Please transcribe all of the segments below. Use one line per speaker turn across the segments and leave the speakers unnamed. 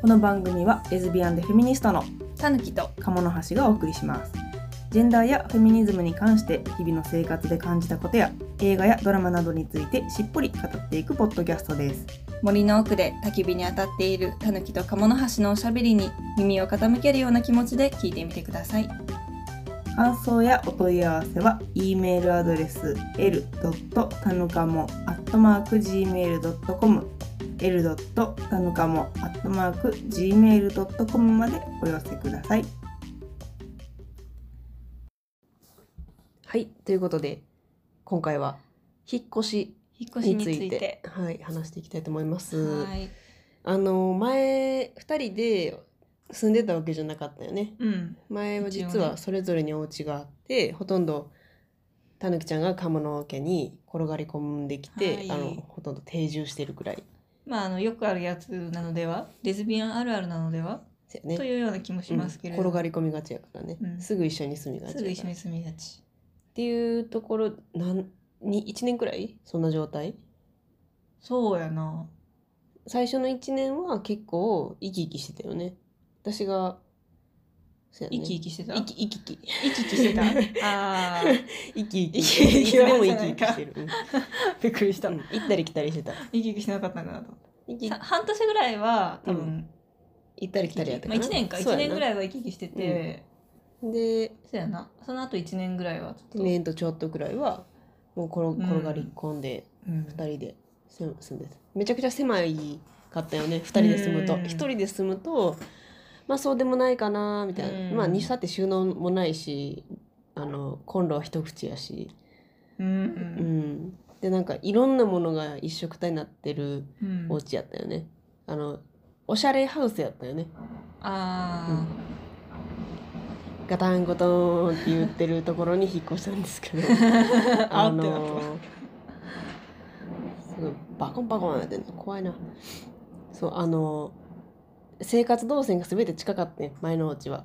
この番組はレズビアンでフェミニストの
たぬきと
鴨の橋がお送りしますジェンダーやフェミニズムに関して日々の生活で感じたことや映画やドラマなどについてしっぽり語っていくポッドキャストです
森の奥で焚き火に当たっているたぬきと鴨の橋のおしゃべりに耳を傾けるような気持ちで聞いてみてください
感想やお問い合わせは e メールアドレス l. たぬかも @gmail.com l. たぬかも @gmail.com までお寄せくださいはいということで今回は引っ越し
引っ越し
に
に
つ
つ
いて
いて
はい、話していきたいと思います、
はい
あの前2人で住んでたわけじゃなかったよね
うん
前は実
一応
は
ね
それぞれにお家があって、ほとんどたぬきちゃんが鴨の家に転がり込んできて、
はい
あのほとんど定住してるくらい
まああのよくあるやつなのではレズビアンあるあるなのでは
だよね
というような気もしますけれど
うん、転がり込みがちやからね、
うん
すぐ一緒に住みがちや
す
か
ぐ
らっ
一緒に住みがち
ていうところなんに1年くらいそんな状態
そうやな
最初の1年は結構生き生きしてたよね私がそうやね
生き生きしてた
生き生き生
生き
き
生きしてたあー
生き生
生き
き
生き
いつでも生き生きしてるうん
びっくりした
うん行ったり来たりしてた
生き生きしてなかったんかなと
生き
さ半年ぐらいは多分、
う行ったり来たりやった
まあ、1年か1年ぐ
い
らいは生き生きしてて、
で
そうやなその後1年ぐらいはちょっと、
2年とちょっとくらいはもう転転がり込んで
うん
2人でせ住んでためちゃくちゃ狭いかったよね2人で住むと
うん
1人で住むとまあそうでもないかなみたいな
うん
まあにしたって収納もないしあのコンロは一口やし
う
うんんでなんかいろんなものが一緒くたになってる
うん
お家やったよねあのおしゃれハウスやったよね
あ
う
ー
んガタンゴトーンって言ってるところに引っ越したんですけ ど
あっ
あ
てなった
のすごいバコンバコンなってんの怖いなそうあの生活動線が全て近かったね前のお家は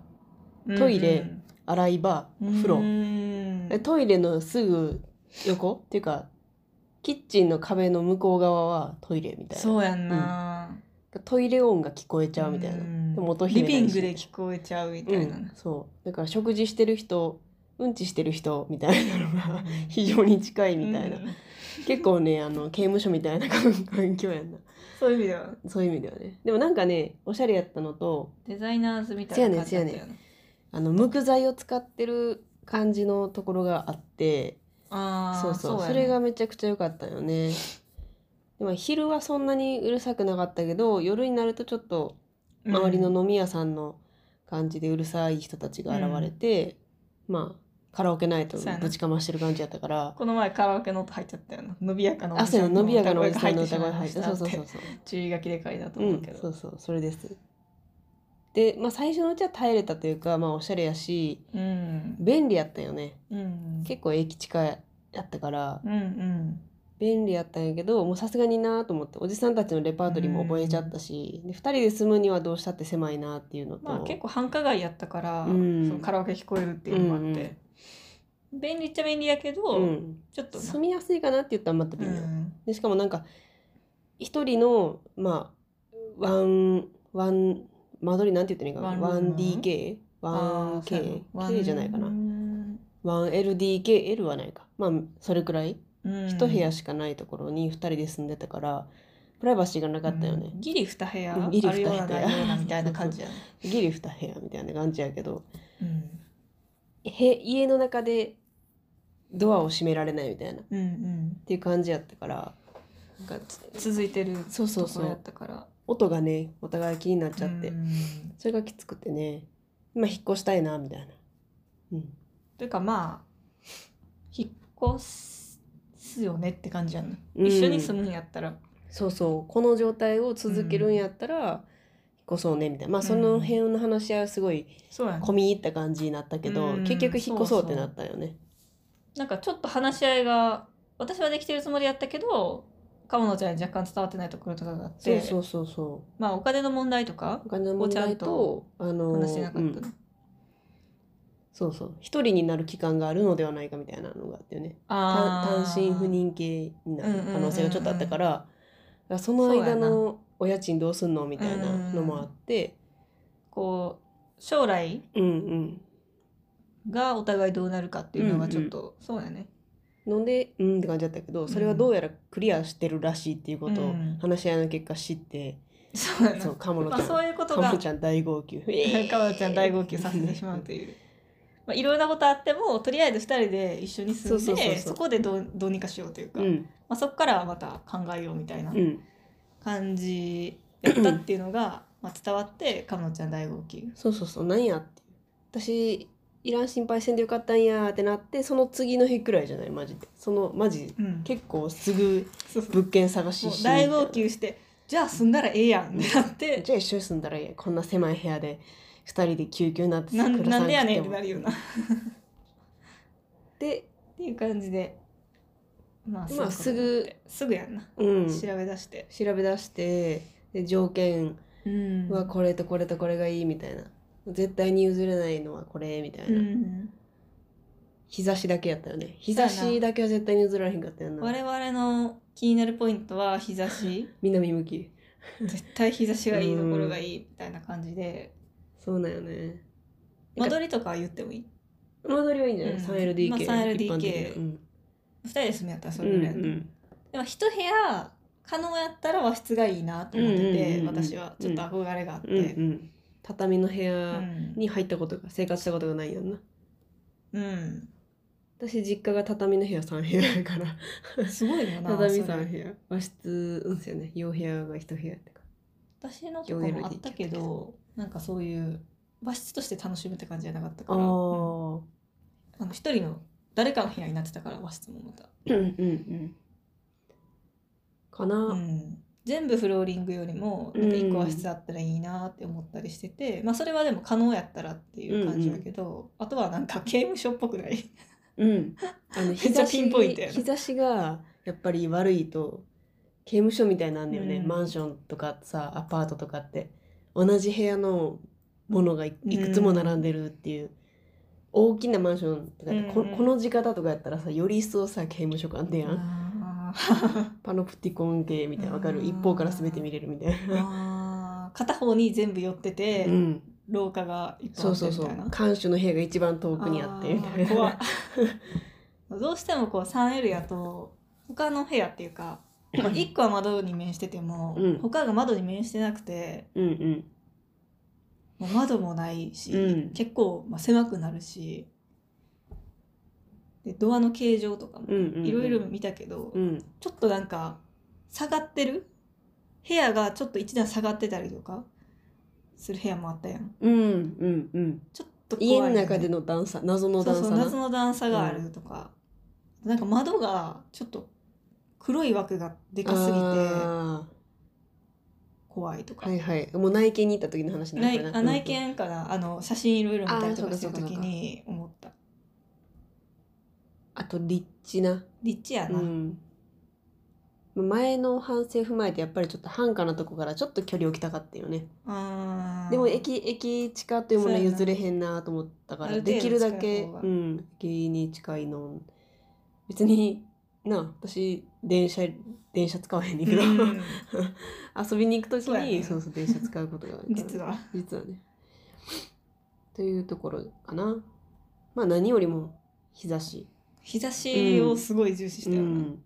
うん
トイレ洗い場
うん
風呂
うん
でトイレのすぐ横っていうかキッチンの壁の向こう側はトイレみたい
そうやんな、
なトイレ音が聞こえちゃうみたいな、
うん
でも音
リ
姫だし
ビングで聞こえちゃうみたいな、
うん、そうだから食事してる人うんちしてる人みたいな のが非常に近いみたいな、
うん
結構ねあの刑務所みたいな環環境やんな
そういう意味では
そういう意味ではねでもなんかねおしゃれやったのと
デザイナーズみたいな感じだった
せや
よね
あの木材を使ってる感じのところがあって
ああ
そうそうそ,、
やね
れがめちゃくちゃ良かったよねでも昼はそんなにうるさくなかったけど夜になるとちょっと周りの飲み屋さんの感じでうるさい人たちが現れて、まあカラオケナイト
そうやな
ぶちかましてる感じやったから
この前カラオケの音入っちゃったよな伸びやかな
あそうやな伸びやかなおじさんの
し
歌
ま
声
いま
入っ
した
たそうそうそうそう
注意書きでかいなと
う
思うんけど、
そうそうそれですでまあ最初のうちは耐えれたというかまあおしゃれやし
うん
便利やったよね
うん
結構駅近やったから
うんうん
便利やったんやけどもうさすがになと思っておじさんたちのレパートリーも覚えちゃったし、で2人で住むにはどうしたって狭いなっていうのと、
まあ結構繁華街やったから、
うん
そのカラオケ聞こえるっていうのもあって、便利っちゃ便利やけど、
うん、
ちょっとな
住みやすいかなって言ったらまた
う
微妙、
ん
でしかもなんか一人のまあワンワン間取りなんて言ってんのいいか
ワ
ワ
ンル
ン
ーム
DK ワン
あーそうや
K
な
K じゃないか
う
なんワン LDK L はないかまあそれくらい
うん
一部屋しかないところに二人で住んでたからプライバシーがなかったよね
う、んギリ二部屋
うん
あ
ギリ二部
る
屋
ようなないようなみたいな感 じやね、
ギリ二部屋みたいな感じやけど
うん
へ家の中でドアを閉められないみたいなっ
うんうん、
ていう感じやったからなんか
続いてる
そうそう
と
そ
ころ
う
やったから
音がねお互い気になっちゃって、
うん
それがきつくてね今引っ越したいなみたいな、うん、
というかまあ引っ越すよねって感じやんな、
うん
一緒に住むんやったら
そうそうこの状態を続けるんやったら、引っ越そうねみたいなまあその辺の話し合いはすごい
そうやね
込み入った感じになったけど、
うん
結局引っ越そうってなったよね。
なんかちょっと話し合いが私はできてるつもりやったけど鴨野ちゃんに若干伝わってないところとかがあっ
そう
て
そうそうそう
まあお金の問題とか
お金の問題とあの
話してなかった
う
の、
んそうそう一人になる期間があるのではないかみたいなのがあってね単
あー
単身赴任系になる可能性がちょっとあったから、だからその間
そう
のお家賃どうすんのみたいなのもあって、
こう将来
うんうん
がお互いどうなるかっていうのがちょっと、そうやね
のでうんって感じだったけどそれはどうやらクリアしてるらしいっていうこと
う
を
ん
話し合いの結果知って、
そうやな
そうカモノ
ま
ち
あ、
ゃん
そういうこと
カ
が
モちゃん大号泣
かわちゃん大号泣させてしまうという。まあ、いろんなことあってもとりあえず二人で一緒に住んでそ
そうそうそうそう
こでどうどうにかしようというか、
うん
まあ、そこからはまた考えようみたいな
うん
感じやったっていうのが、まあ、伝わってかのちゃん大号泣
そうそうそうなんやって私いらん心配せんでよかったんやってなってその次の日くらいじゃないマジでそのマジ
うん
結構すぐ
そうそう
物件探し
も
し
う大号泣してじゃあ住んだらええやんってなって
じゃあ一緒に住んだらいいやんこんな狭い部屋で2人で救急になって
なん
暮ら
な
さ
んでやねんってて
くも
なるようなっ
で
ていう感じでまあ
まあ
そういうことになってすぐやんな、
うん
調べ出して、
調べ出してで条件
うん
はこれとこれとこれがいいみたいな絶対に譲れないのはこれみたいな、
うん
日差しだけやったよね日差しだけは絶対に譲られへんかったよな
我々の気になるポイントは日差し
南向き
絶対日差しがいいところがいいみたいな感じで
そうだよね
間取りとかは言ってもいい
間取りはいいんじゃない、
うん
3LDK、
まあ 3LDK
一般的なうん
2人で住むやったらそ
うん
れ
う
ぐらいやった、
ん
でも一部屋可能やったら和室がいいなと思ってて、
うんうんうんうん
私はちょっと憧れがあって、
うんうん畳の部
う
屋
ん
に入ったことが生活したことがないよな
うん
私実家が畳の部屋3部屋や から
すごいよな
畳
それ
3部屋和室うんすよね洋部屋が1部屋ってか
私のとこもあったけどなんかそういう和室として楽しむって感じじゃなかった
あ
からうん
ー
あの一人の誰かの部屋になってたから和室もまた、
うんうんうんかな、
うん全部フローリングよりもなんか一個和室あったらいいなって思ったりしてて、まあそれはでも可能やったらっていう感じだけど、あとはなん か刑務所っぽくない
うんあの日
めっちゃ
差
ピ
し
ンポイントやな
日差しがやっぱり悪いと刑務所みたいになんだよね、
うん
マンションとかさアパートとかって同じ部屋のものがいいくつも並んでるっていう、大きなマンションとかでこ
うんうん
この地方とかやったらさより一層さ刑務所感でやん、
あ
パノプティコン系みたいなわかる
うん
一方から全て見れるみたいな、
ー片方に全部寄ってて、
うん、
廊下が一
そ
本あ
う
っ
そ
てみた
う
い
そ
うな
看守の部屋が一番遠くにあってみた
あ
い
ー
な
怖っ どうしてもこう 3L やと他の部屋っていうか、 まあ、1個は窓に面してても、
うん
他が窓に面してなくて
うんうん
もう窓もないし、
うん
結構まあ狭くなるしでドアの形状とかも
うんうんうん
いろいろ見たけど、
うん
ちょっとなんか下がってる部屋がちょっと一段下がってたりとかする部屋もあったやん
うんうんうん
ちょっと怖い
家
よ
の
ね
中での段差謎の段差
そうそう
な
夏の段差があるとか、なんか窓がちょっと黒い枠がでかすぎて
あ
怖いと
ー
か、
はいはいもう内見に行った時の話だ
ないあ内
うん
見かなあの写真いろいろ見たりとか
あー
して
そう
る
かそうか
時に思った
あと立地な
立地や
う
な、
ん前の反省踏まえてやっぱりちょっと繁華なとこからちょっと距離置きたかったよね
あー
でも駅駅地下というものは
そうやな
譲れへんなと思ったか
あ
ら
る程度
できるだけ
近い方が
うん駅に近いの別にな私電車電車使わへんねんけど、
うん
遊びに行く時
そうやね
にそうそう電車使うことがあるか ら
実は
実はね。というところかな。まあ何よりも日差し。
日差しをすごい重視したよな、
うん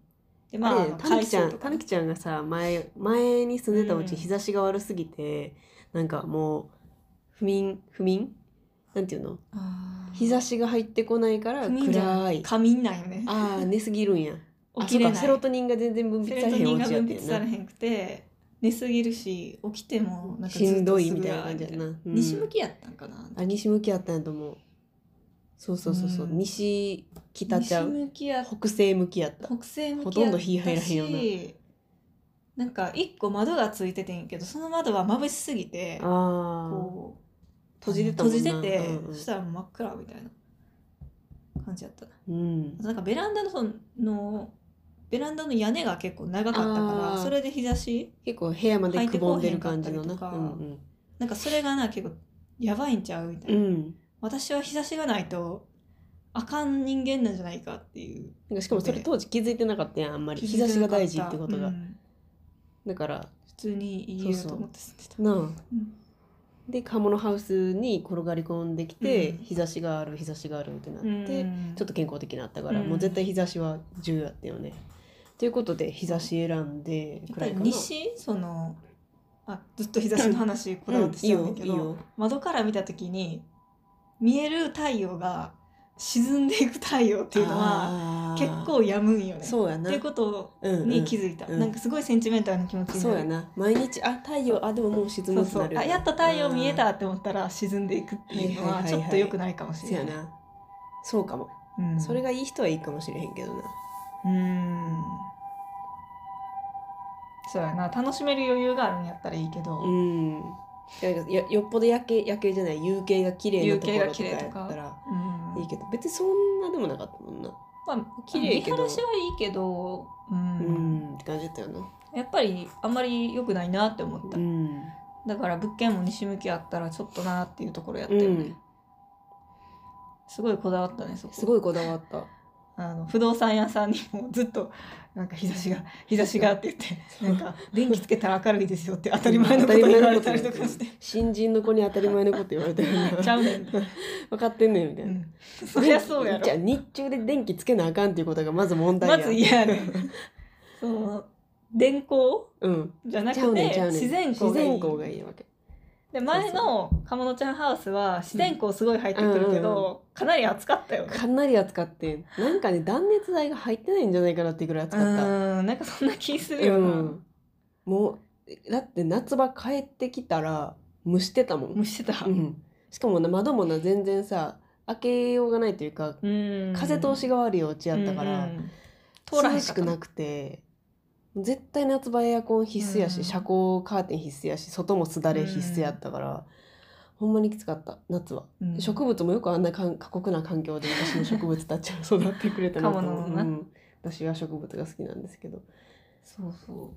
でまあ
でたぬきちゃ
海藻
ん
と
た
か
ぬきちゃんがさ前前に住んでたお
う
家
ん
日差しが悪すぎて、なんかもう不眠不眠なんていうの
あー
日差しが入ってこないから
不眠じゃん
暗い。
仮眠なんよね
ああ寝すぎる んや。
起
あ
き
そう
れな
か
い
セロトニンが全然分
セ
泌
レ
さ
ト
れへ
ニン
んお
が
家やっ
分
て
泌されへんくて寝すぎるし起きてもなんかず
し
っと
んどい
す
み
ぐ
たい
や
な感じやな。うん
西向きやったんかな
あ西向きやったんやと思う。そうそうそうそう、
うん
西北ちゃう
西向きや
北西向きやった。
北西向きやったし
ほとんど火入らへんよな
なんか一個窓がついててんけどその窓は眩しすぎて
ああ
こう
閉じてたもんな
閉じてて、
うんうん
そしたらもう真っ暗みたいな感じやったな
うん
なんかベランダのそのベランダの屋根が結構長かったか
あ
ら
ー
それで日差し
結構部屋までくぼんでる感じの
入ってこう
なう
へんかった
ん
なんかそれがな結構やばいんちゃうみたい
うん、う
な、
ん、
私は日差しがないとあかん人間なんじゃないかっていう
なんかしかもそれ当時気づいてなかったやんあんまり日差しが大事ってことが、
うん
だから
通に言えると思って住んでた
なあ、
ん
でカモノハウスに転がり込んできて、
うん
日差しがある日差しがあるってなって、
うん
ちょっと健康的になったから、
うん
もう絶対日差しは重要だったよね。ということで日差し選ん
や
で
っ
く
ぱ
らい
り
かな
西そのあずっと日差しの話こだわってきたんだけど、
うんいいよいいよ
窓から見た時に見える太陽が沈んでいく太陽っていうのは
あー
結構やむんよね。
そうや
っ
な
ていうこと
うんうん
に気づいた、
うん
なんかすごいセンチメンタルな気持ちになる
そうやな毎日あ太陽あでももう沈
そ
む
う
って
そ
な
う
る
あやっと太陽見えた
あー
って思ったら沈んでいくっていうの
はい
は
はい
ち
は
ょ
いはい
っと良くないかもし
そう
れな
や
い、
なそうかも、
うん、
それがいい人はいいかもしれへんけどな
うんそうやな楽しめる余裕があるんやったらいいけど、
うんなんかよよっぽど夜景夜景じゃない夕景が綺麗なところとか
夕景
や
が綺麗とか
ったら
うん
いいけど別にそんなでもなかったもんな
まあ、
綺麗
見
け
晴
ど
らしはいいけど、う
うんんって感じだったよな
やっぱりあんまり良くないなって思った、
ん
だから物件も西向きあったらちょっとなっていうところやった
う
よね、
ん
すごいこだわったねそこ
すごいこだわった
あの不動産屋さんにもずっとなんか日差しが日差しがって言ってなんか電気つけたら明るいですよって当たり前のこと言われたりとかして
新人の子に当たり前のこと言われたよ
ちゃ
な
うねん、
分かってんねんみた
う
いな、
ん、そりゃそうやろ
じゃあ日中で電気つけなあかんっていうことがまず問題や
まず嫌やねんそう電光
うん
じゃな
ちゃう
く
ねん
て
ちゃうねん
自然光
自
がいい
然光がいいわけ
で前の「かものちゃんハウス」は自然光すごい入ってくるけ
うんうんうん
どかなり暑かったよね
かなり暑かってなんかね断熱材が入ってないんじゃないかなっていうぐらい暑かった
うんなんかそんな気するよ
う
なん
もうだって夏場帰ってきたら蒸してたもん、
蒸してた
うん、しかもな窓もな全然さ開けようがないというか
うん
風通しが悪いお家やったから、
うんうん通らへ
涼
ん
し
か
くな
っ
くて絶対夏場エアコン必須やし、
うん
遮光カーテン必須やし外もすだれ必須やったから、ほんまにきつかった夏は、
たうん
植物もよくあんなかん過酷な環境で私の植物たちは育ってくれたなと
か
思
も
う、
な
うん私は植物が好きなんですけど
そうそう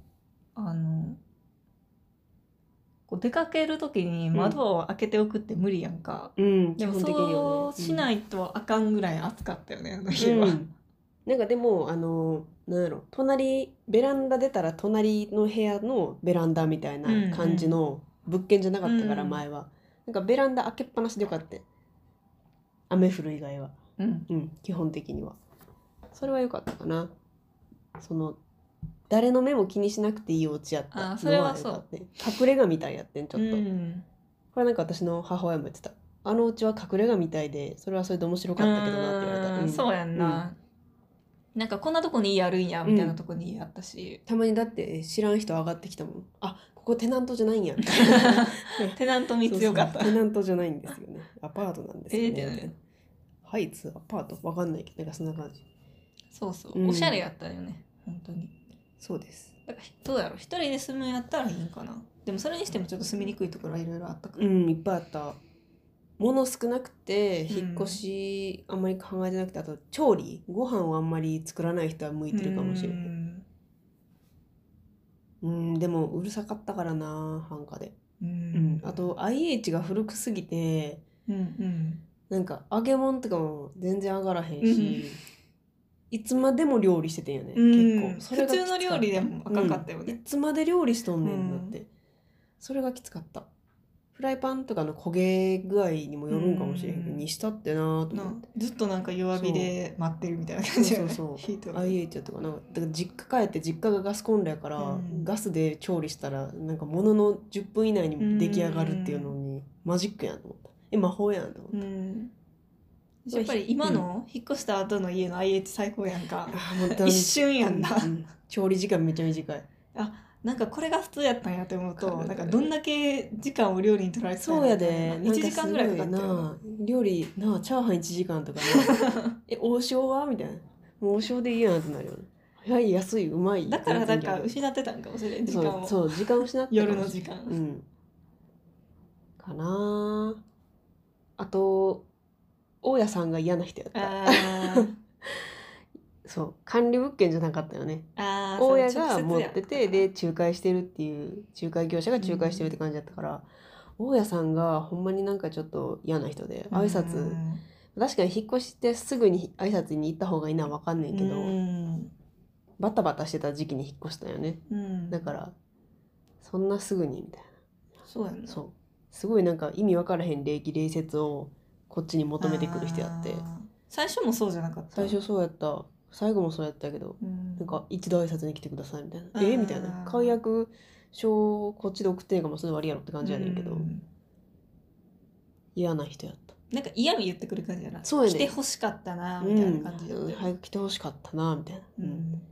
あのこう出かける時に窓を開けておくって無理やんか、
うん
でもそうしないいとあかんぐらい暑かったよねあの
日
日
は、
は、
うんなんかでもあのなんやろ隣ベランダ出たら隣の部屋のベランダみたいな感じの物件じゃなかったから
うん
前は、なんかベランダ開けっぱなしでよかった雨降る以外は
うん
うん基本的にはそれは良かったかなその誰の目も気にしなくていいお家やった
あそれは
の良かったね隠れ家みたいやってんちょっと、
うん
これなんか私の母親も言ってたあのうちは隠れ家みたいでそれはそれで面白かったけどなって言われた、
うん
ん
そうやんな、なんかこんなとこに家あるんやみたいなとこに家あったし、
たまにだって知らん人上がってきたもんあここテナントじゃない んや
テナント見強かった
そうそうテナントじゃないんですよねアパートなんですよ
え
ね、
ーってなる
みたいなハイツアパートわかんないけどなんかそんな感じ
そうそう、
うん
おしゃれやったよね本当に
そうです
だからどうやろう一人で住むんやったらいいんかなでもそれにしてもちょっと住みにくいところはいろいろあったから、
うんいっぱいあった物少なくて
うん
引っ越しあんまり考えてなくてあと調理ご飯をあんまり作らない人は向いてるかもしれない
うん
うんでもうるさかったからな繁華で、
う
うん
ん、
あと IH が古くすぎて
うんうん
なんか揚げ物とかも全然上がらへんし、いつまでも料理しててんよね、
うん
結構それがきつかった
普通の料理でもあかんかったよね
うんいつまで料理しとんねんな
うん
って、それがきつかったフライパンとかの焦げ具合にもよるんかもしれへんけど、
うん
にしたってなーと
な
思って
ずっとなんか弱火で待ってるみたいな感じ
そうそうそ
ヒートが
IH やとかなんかだから実家帰って実家がガスコンロやから、
うん
ガスで調理したらなんかものの10分以内に出来上がるっていうのに、マジックやんと思ったえ魔法やんと思っ
う
た、
んやっぱり今の引っ越した後の家の IH 最高やんか
あーもうだん
一瞬やんな
うん調理時間めっちゃ短い
なんかこれが普通やったんやと思う
わか
と
る
なんかどんだけ時間を料理に取られてたん
そうやで、
1時間ぐらいかかったよな
なんかすごいな料理なあチャーハン1時 間とかなえ王将はみたいなもう王将でいいやなってなるよね早い安いうまい
だからな
全
ん
然
か失ってたんかもしれん時
そ
間
う
を
そう時間を失って
夜の時間
うんかなああと大家さんが嫌な人やった
あ ー
そう管理物件じゃなかったよね
あー
大家
その直
が
接
持
や
っててで仲介してるっていう仲介業者が仲介してるって感じだったから、大家さんがほんまになんかちょっと嫌な人で挨拶、
うん
確かに引っ越してすぐに挨拶に行った方がいいのは分かんねんけど、
うん
バタバタしてた時期に引っ越したよね
うん
だからそんなすぐにみたい
そうやん
な
な
そうすごいなんか意味わからへん礼儀礼節をこっちに求めてくる人やって
あー最初もそうじゃなかった
最初そうやった最後もそうやったけど
うん
なんか一度挨拶に来てくださいみたいな
あ
え
ー
みたいな解約書をこっちで送ってんのかもそれで割りやろって感じやねんけど
うん
嫌な人やった
なんか嫌み言ってくる感じやな
そうや
来
ね
てほしかったな
う
みたい
ん
な感じだったよね
早く来てほしかったなみたいな
うん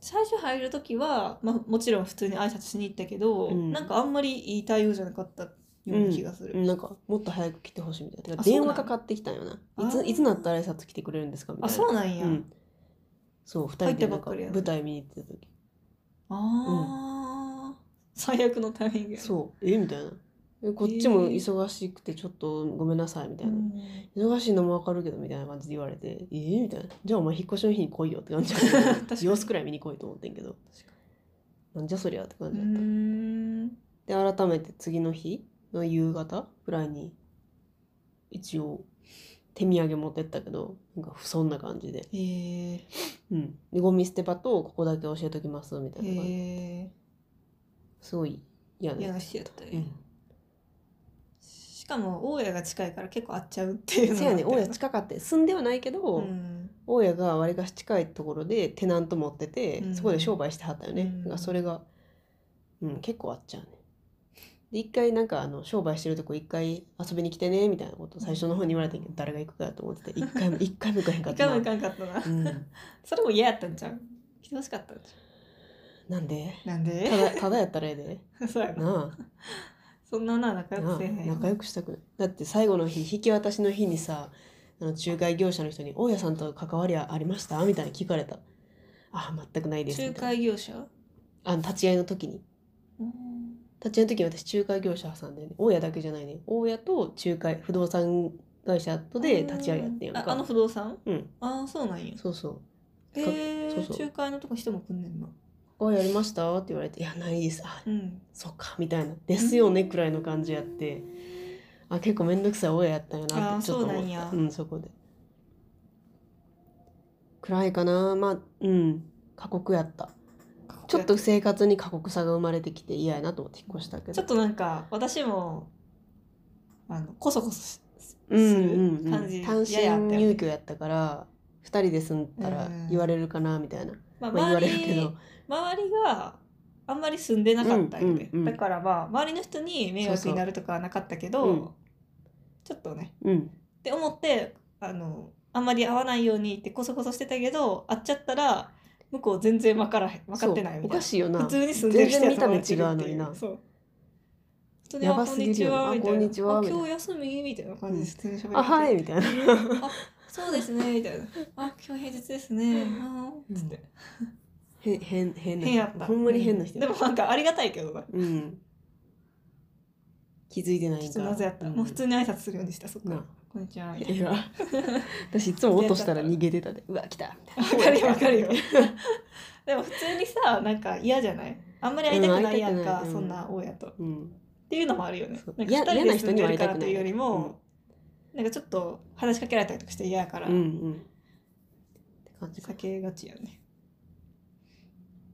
最初入る時は、まあ、もちろん普通に挨拶しに行ったけど、
うん
なんかあんまりいい対応じゃなかったような気がする、
うんなんかもっと早く来てほしいみたいなてか
あそうな
電
ん
話かかってきたんよな
あ
いつ
ー
いつなったら挨拶来てくれるんですかみたい
あ
な
そうなんや、
うんそう2人でなんか
入ったばっかりやな
舞台見に行ってた時
ああ、最悪のタイミングやな
そうえみたいなえこっちも忙しくてちょっとごめんなさいみたいな、忙しいのもわかるけどみたいな感じで言われてえーみたいなじゃあお前引っ越しの日に来いよって感じ
確かに
様子くらい見に来いと思ってんけどなんじゃそりゃって感
う
じだった、
ん
で改めて次の日の夕方ぐらいに一応手土産持ってったけどなんかそんな感じで,、
えー、
うん、でゴミ捨て場とここだけ教えときますみたいな感じ、
え
すごい嫌
ー、
な
嫌
や
な
つ
人やったね、
うん
しかも大家が近いから結構会っちゃうっていうの
そう
があっ
やね
た
大家近かって住んではないけど、
うん
大家がわりかし近いところでテナント持ってて、
うん
そこで商売してはったよね、
うん
だからそれが、うん、結構あっちゃうねで一回なんかあの商売してるとこ一回遊びに来てねみたいなこと最初の方に言われたけど誰が行くかと思ってて一回も一回も行かへんかっ
行
た
か
な
なあかんかったな、
うん、
それも嫌やったんちゃう来てほしかったんちゃ
なんで
うなん
た
で
だただやったらええで
そうやな
な
そんなな仲
あ
良
な
く
あ
せえへん
仲良くしたくないだって最後の日引き渡しの日にさあの仲介業者の人に「大家さんと関わりはありました?」みたいな聞かれた「ああ全くないです」み
仲
たいな
介業者
あの立ち会いの時に
うん
立ち会いの時に私仲介業者挟んで、ね、大家だけじゃないね大家と仲介不動産会社とで立ち上げやってんやん
ああの
か
不動産
うん
ああそうなんや
そうそう
えー、
そうそう
仲介のとこ人も来んねんな
「おいやりました?」って言われて「いやないです」あ
うん
そっかみたいな「ですよね」くらいの感じやってあ結構面倒くさい大家やったんやな
あ
っ
ー
てちょっと思
そうなん
っ
や
たうんそこで暗いかなまあうん過酷やったちょっと生活に過酷さが生まれてきて嫌やなと思って引っ越したけ
ちょ
ど
っとなんか私もあのこそこそしす
う
る
んうんうん
感じ
単身
嫌やったよ
入居やったから2人で住んだら
うん
言われるかなみたいな、
まあ、
まあ、言わ
周
れるけ
り
ど
周りがあんまり住んでなかったよね、
うんうんうん
だからまあ周りの人に迷惑になるとかはなかったけど
そうそううん
ちょっとね
うん
って思ってあのあんまり会わないようにってこそこそしてたけど会っちゃったら向こう全然分からへん分かってない
そう
みた
お
い
か
な
しいよな
普通に住んでる人やと思われて
全
るってい
然見た目違うのにな
そう普通に
やば
あこ
す
ん
ぎ
に
る
ち
よな
はみたいな
あこんにちは
あ
みたいな
今日休みみたいな感じで普通に喋ってて
あはいみたい な
そうですねみたいなあ今日平日ですねあーつって
変変変な
変やった
ほんまに変な人、
うんでもなんかありがたいけどな
うん気づいてない
ちょ
ん
っと
か
謎やったもう普通に挨拶するようにしたそっか
な
らこんにちはい
や私いつも落としたら逃げてたでうわ来たみ
わ
た
か
い
る
な
よわかるよでも普通にさなんか嫌じゃないあんまり会いたくないやんか、
うん会いたくないうん
そんな大家とっ
うん
ていうのもあるよね
そう
なんか
嫌
2人で住んで
嫌な人には会
る
いた
か
くな
らと
い
いうよりも、なんかちょっと話しかけられたりとかして嫌やから、
うんうんって感じか
避けがちやね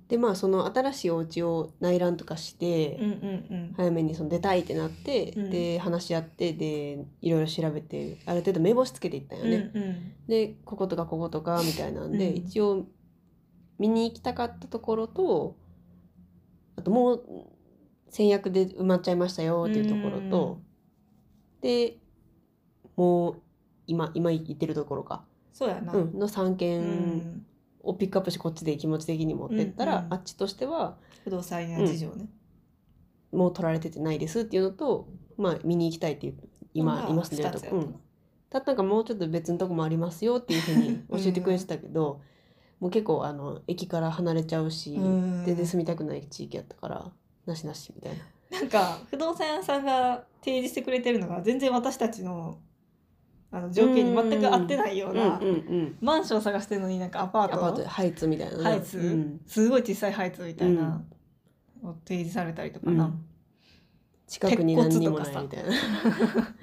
でまあその新しいお家を内覧とかして、
うんうん
早めにその出たいってなって、
うん
で話し合ってでいろいろ調べてある程度目星つけていったんよ
うん、
ね、
うんうん
でこことかこことかみたいなんで、
うん
一応見に行きたかったところとあともう先約で埋まっちゃいましたよっていうところと、でもう今今行ってるところか、
そうやな
うん、の3
う
軒
ん
をピックアップしてこっちで気持ち的に持ってったら、
うんうん
あっちとしては
不動産屋事情ね、
もう取られててないですっていうのと、まあ、見に行きたいっていう今、
まあ
いますね
二
と
つやっ
こ、う、
たなん
ただなんかもうちょっと別のとこもありますよっていうふうに教えてくれてたけど、もう結構あの駅から離れちゃうし、
うん
全然住みたくない地域やったからなしなしみたいな
なんか不動産屋さんが提示してくれてるのが全然私たちのあの条件に全く合ってないような、
うんうんうん
マンション探してるのになんかアパー
ア
ト
パートハイツみたいなね
ハイツ、
うん
すごい小さいハイツみたいな、を提示されたりとかな、
うん近くに何にも
鉄
ない
骨
み
と
たいな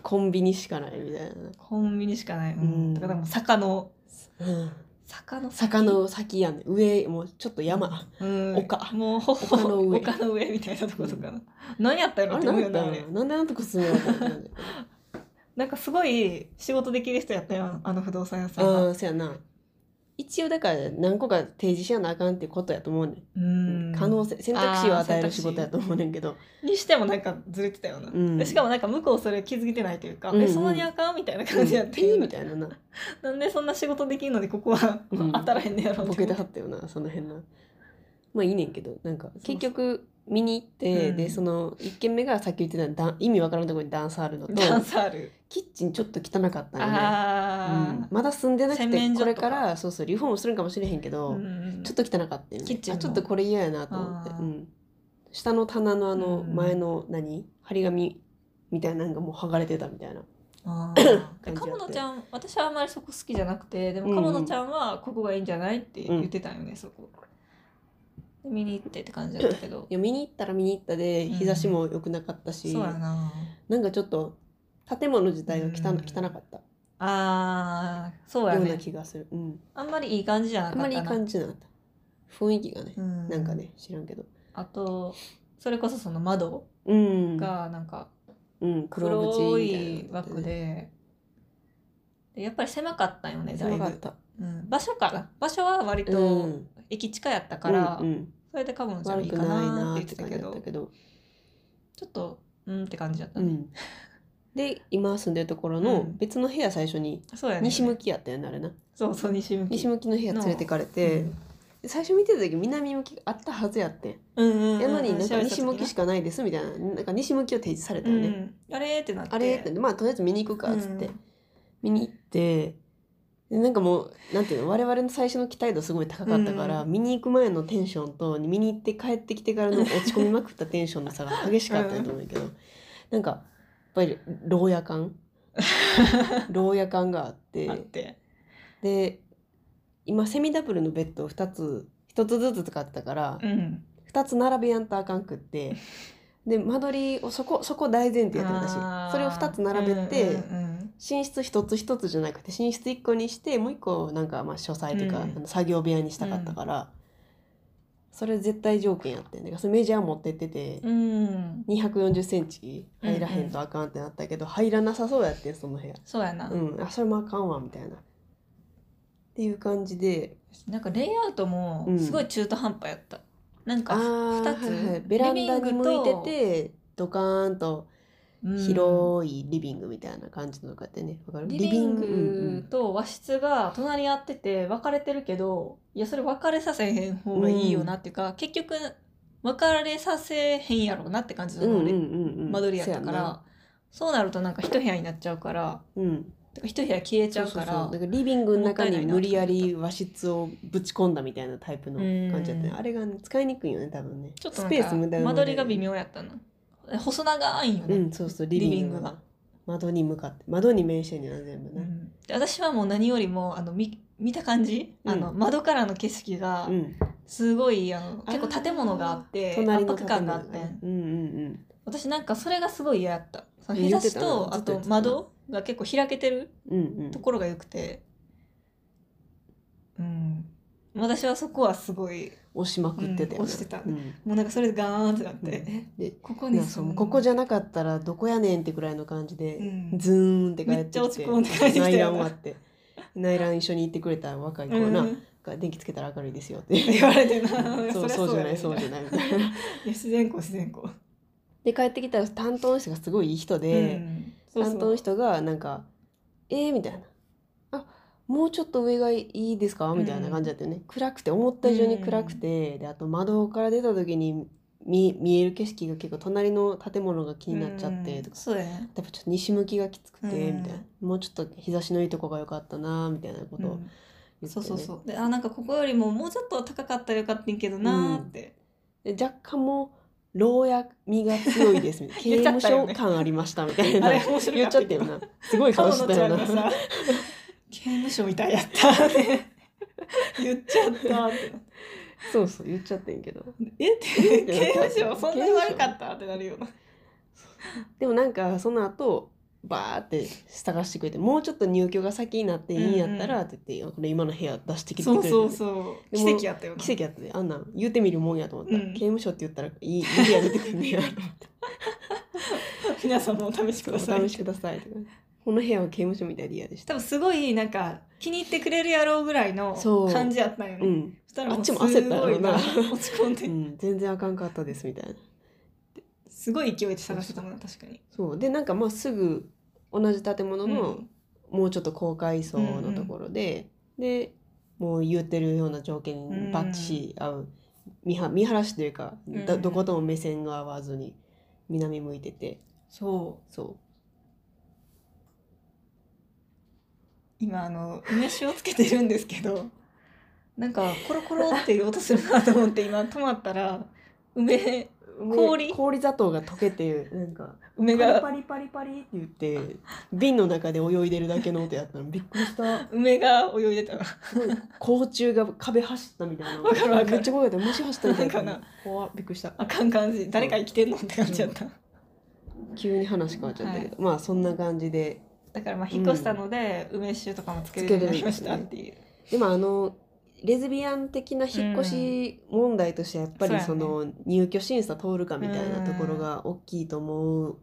コンビニしかないみたい
コンビニしかない、うん
うん
だからもう坂の
な、うん
坂の
坂の先やね上もうちょっと山、
うん
丘
もうほぼ
丘の上
丘の上みたいなとことかな、何やったやろ
あ
っ
れ
て思
何
う
だ
よ
っ
ね
た
あ
の
れ
なんであのとこ住むのかって感じ
なんかすごい仕事できる人やったよあの不動産屋さん
う
は
んそやな一応だから何個か提示しやなあかんってことやと思うね、
うん
可能性選択肢を与える仕事やと思うねんけど
にしてもなんかずれてたよな、
うん
でしかもなんか向こうそれ気づいてないというか、
うんうん
えそんなにあかんみたいな
う
感
ん
じやってる、
いいみたいなな
なんでそんな仕事できんのにここは、
うん
当たらへんねやろ
ボ
って
ケ
思
て
って
はったよなその辺なまあいいねんけどなんか結局見に行って
うん
でその1軒目がさっき言ってただん意味わからんところに段差あるのと
ダンサール
キッチンちょっと汚かったのね、
あ
うんまだ住んでなく
洗
て
面所
こと
か
れからそうそうリフォームするんかもしれへんけ
あ、う
ど、
ん
ちょっと汚かったよね
キッチン
あ
も
ちょっとこれ嫌やなと思って
あ、ー
うん、下の棚のあの
うん
前の何、張り紙みたいなのがもう剥がれてたみたいな
あ ー
感じやって
鴨野ちゃん私はあんまりそこ好きじゃなくてで
うんう
も
ん
鴨野ちゃんはここがいいんじゃないって言ってたよね、そこで見に行ってって感じだったけど
いや見に行ったら見に行ったで
うん
日差しも良くなかったし、
そうやな
なんかちょっと建物自体が汚,、
うん
汚かった
あーそうや
ような
ね
気がする、うん、
あんまりいい感じじゃなか
あ
っ
ん
たな
まりいい感じじゃなかった雰囲気がね
う、ん
なんかね知らんけど
あとそれこそその窓
うん、
がなんか
うん、黒
黒
縁みた
い
なのだった
枠
ね
ででやっぱり狭かったよねだい
狭
ぶ
かった
うん、場所かな場所は割
う
と
ん
駅近やったから、
うんうん
それでカモンちゃんい
悪
い
く
か
な
な
いな
っ
ー
て
っ
言っててた
感
け
じだっ
ど
たけど
ちょっとうんって感じだった
う
ね、
ん、で今住んでるところの別の部屋最初に
そうやね
西向きやったよねあれな
そうそう西向き
西向きの部屋連れてかれて、で最初見てた時南向きがあったはずやってん
うんうんうんうん
やのになんか西向きし
か
かないですみたいななんか西向きを提示されたよね、
うん、あれってなって
あれってまあとりあえず見に行くかっつって、
うん
見に行ってでなんかもうなんていうの我々の最初の期待度すごい高かったから、
う
見に行く前のテンションと見に行って帰ってき てからの落ち込みまくったテンションの差が激しかったと思うけど、なんかやっぱり牢 屋感牢屋感があって
あって
で今セミダブルのベッドを2つ1つずつ使ってたから、
うん
2つ並べやんとあかんくってで間取りをそこそこ大前提やってたし
あー
それを2つ並べて。
うんうんうん
寝室一つ一つじゃなくて寝室一個にしてもう一個なんかまあ書斎とか、
うん
あの作業部屋にしたかったから、それ絶対条件やってんだからそれメジャー持ってってて、
うん
2 4 0ンチ入らへんとあかんってなったけど、入らなさそうやってんその部屋
そうやな、
うんあそれもあかんわみたいなっていう感じで
なんかレイアウトも
うん
すごい中途半端やった、なんか
あー
2つ、
はいはいベランダに向
リ
いて
ビング
てドカーンと
と、うん
広いリビングみたいな感じのとかってねわかる
リビン
うんうん
グと和室が隣り合ってて分かれてるけどいやそれ分かれさせへん方がいいよなっていうか、結局分かれさせへんやろうなって感じの、
うんうんうん
間取りやったか
そうな
らそうなるとなんか一部屋になっちゃうから
うん
てか一部屋消えちゃう
そうそう
か
そう
ら
だからリビングの中
もったいない
に
なと
無理やり和室をぶち込んだみたいなタイプの感じだったね
うん
あれがね、使いにくいよね多分ね
ちょっと
ス
な
ペ
ん
ース無
か
駄生ま
間
れ
取りが微妙やったな細長いんよね、
うんそうそうリビング
リビング
が
が
窓に向かって窓に面してんねんな全部
う
ね
んで私はもう何よりもあの見見た感じ、
うん
あの窓からの景色が
うん
すごいあの
あー
結構建物があって
隣
圧
の
迫
建
感
物
があ
が
って
ねうんうん
私なんかそれがすごい嫌やったその
うん
日差し
言ってた
と
な
あ
ずっと
と
言ってたな
窓が結構開けてる
うんうん
ところが良くてうん私はそこはすごい
押しまくってたよね
うん押してた
うん
もうなんかそれでガーンってなって、
うん
え
で
ここ
な
に
んかそうここ
ゃ
じゃなかったらどこやねんってくらいの感じで
うん
ズーンって帰ってきて
めっちゃ落ち込んで帰ってきたよな
内覧終わって内覧一緒に行ってくれた若い子はな
うん
が電気つけたら明るいですよって
言われてな
そうそうじゃないそうじゃ
ない
ないみたいな。
や自然光自然光
で帰ってきたら担当の人がすごいいい人で、
うんそうそう
担当の人がなんか「えー?」みたいな「あもうちょっと上がいいですか?」みたいな感じだったよね、暗くて思った以上に暗くて、であと窓から出た時に見見える景色が結構隣の建物が気になっちゃってとか
うん、そうやね
やっぱちょっと西向きがきつくて
うん
みたいな、もうちょっと日差しのいいとこが良かったなみたいなことを
うん
言って、ね
そうそうそうであなんかここよりももうちょっと高かったらよかったんやけどなーって、
で若干もう牢屋味が強いですみたいな刑
言っちゃ
務
ったよ
所
ね
感ありましたみたい
あ
な
れ面白か
言っ
っ
ち
た
ゃった
け
よ
ど
な。すごい顔
鴨
し
野
た
ちゃん
よ
がさ
な。
刑務所みたいやったね言っちゃったってなって
そうそう、言っちゃってんけど。
えって
てなっ
刑
た
務所そんなに悪かったってなるような
でもなんか、その後、バーって探してくれてもうちょっと入居が先になっていいんやった
うん
らって言ってあ「これ今の部屋出してきてく
そ
れ
う
て
そうそう
で
奇
も
跡やったよな
奇跡やってあんなん言うてみるもんやと思った、
うん
刑務所って言ったらいいいい部屋出てくるねや
皆さ んもお試しく
お
ださい
試しくださいとかこの部屋は刑務所みたいで嫌でした
多分すごいなんか気に入ってくれるやろうぐらいの
そう
感じやったんよ
う
ね
ん、
そしたらも
あっ
う
ち
す
も
ごい
焦ったやろうな
な落ち込んで、
うん、全然あかんかったですみたいな
すごい勢いで探してたもんな確かに
そうでなんかまあすぐ同じ建物
う
の
ん
もうちょっと高階層のところで、でもう言ってるような条件にバッチし合う、見は見晴らしというか、
うん
だどことも目線が合わずに南向いてて
そう
そ
今あの梅酒をつけてるんですけどなんかコロコロっていう音するなと思って今止まったら梅
う
氷
で氷砂糖が溶けてなんか
梅
パリ
が
パリパリパリって言って瓶の中で泳いでるだけの音やったのびっくりした
梅が泳いでたわ
す ごい甲虫が壁走ったみたいな
わかるわかる
めっちゃ怖かった虫走ったみたい
なんか
な怖っびっくりした
あかん感じ誰か生きてんのって感じやった
急に話変わっちゃったけど、まあそんな感じで
だからまあ引っ越したので、梅酒とかもつけるようになりましたっていう
でもあのレズビアン的な引っ越し問題としてやっぱり
そ
そう
やね
の入居審査通るかみたいなところが大きいと思う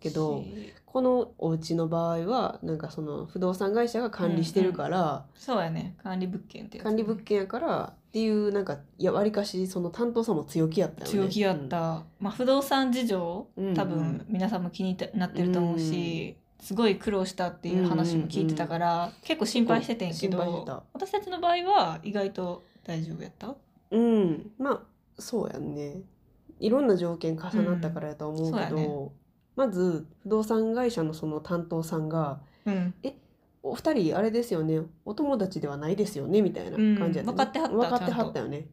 けど、このお家の場合はなんかその不動産会社が管理してるから、
そうやね管理物件ってやつ
管理物件やからっていうなんかいやわりかしその担当さも強気やったよね。
強気やった、まあ不動産事情
うん
多分皆さんも気になってると思うし、すごい苦労したっていう話も聞いてたから、結構心配しててんけ
心配して
ど
た
私たちの場合は意外と大丈夫やった
うん、うん、まあそうやんねいろんな条件重なったからやと思うけど、
うんそ
まず不動産会社のその担当さんが
うん
お二人あれですよねお友達ではないですよねみたいな
うん
感じやね
分かってはった
分かってはったよね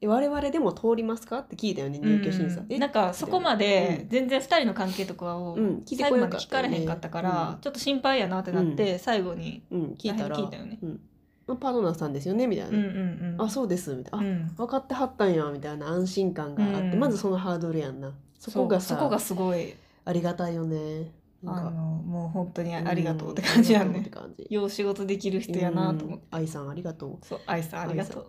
え我々でも通りますかって聞いたよね入居審査、
うんなんかそこま
う
で
ん
全然2人の関係とかを
うん聞いて
最
こ
後
な
まで
かっ
聞
た
か
よ
れ
ね
へんかったからちょっと心配やなってなって最後に
うん、うん聞いたら
聞いたよね
うんまあ、パートナーさんですよねみた
「
いな、
うんうんうん」
あそうですみたいな、
う
あ
ん
分かってはったんやみたいな安心感があって、
うん
まずそのハードルやんなそこがさ
そうそこがすごい
ありがたいよね
あ
なんか
のもう本当にありがとうって感じや
うんあり
ね
がとうって感じ
よう仕事できる人やなと思って
うん愛さんありがとう
そう愛さんありがとう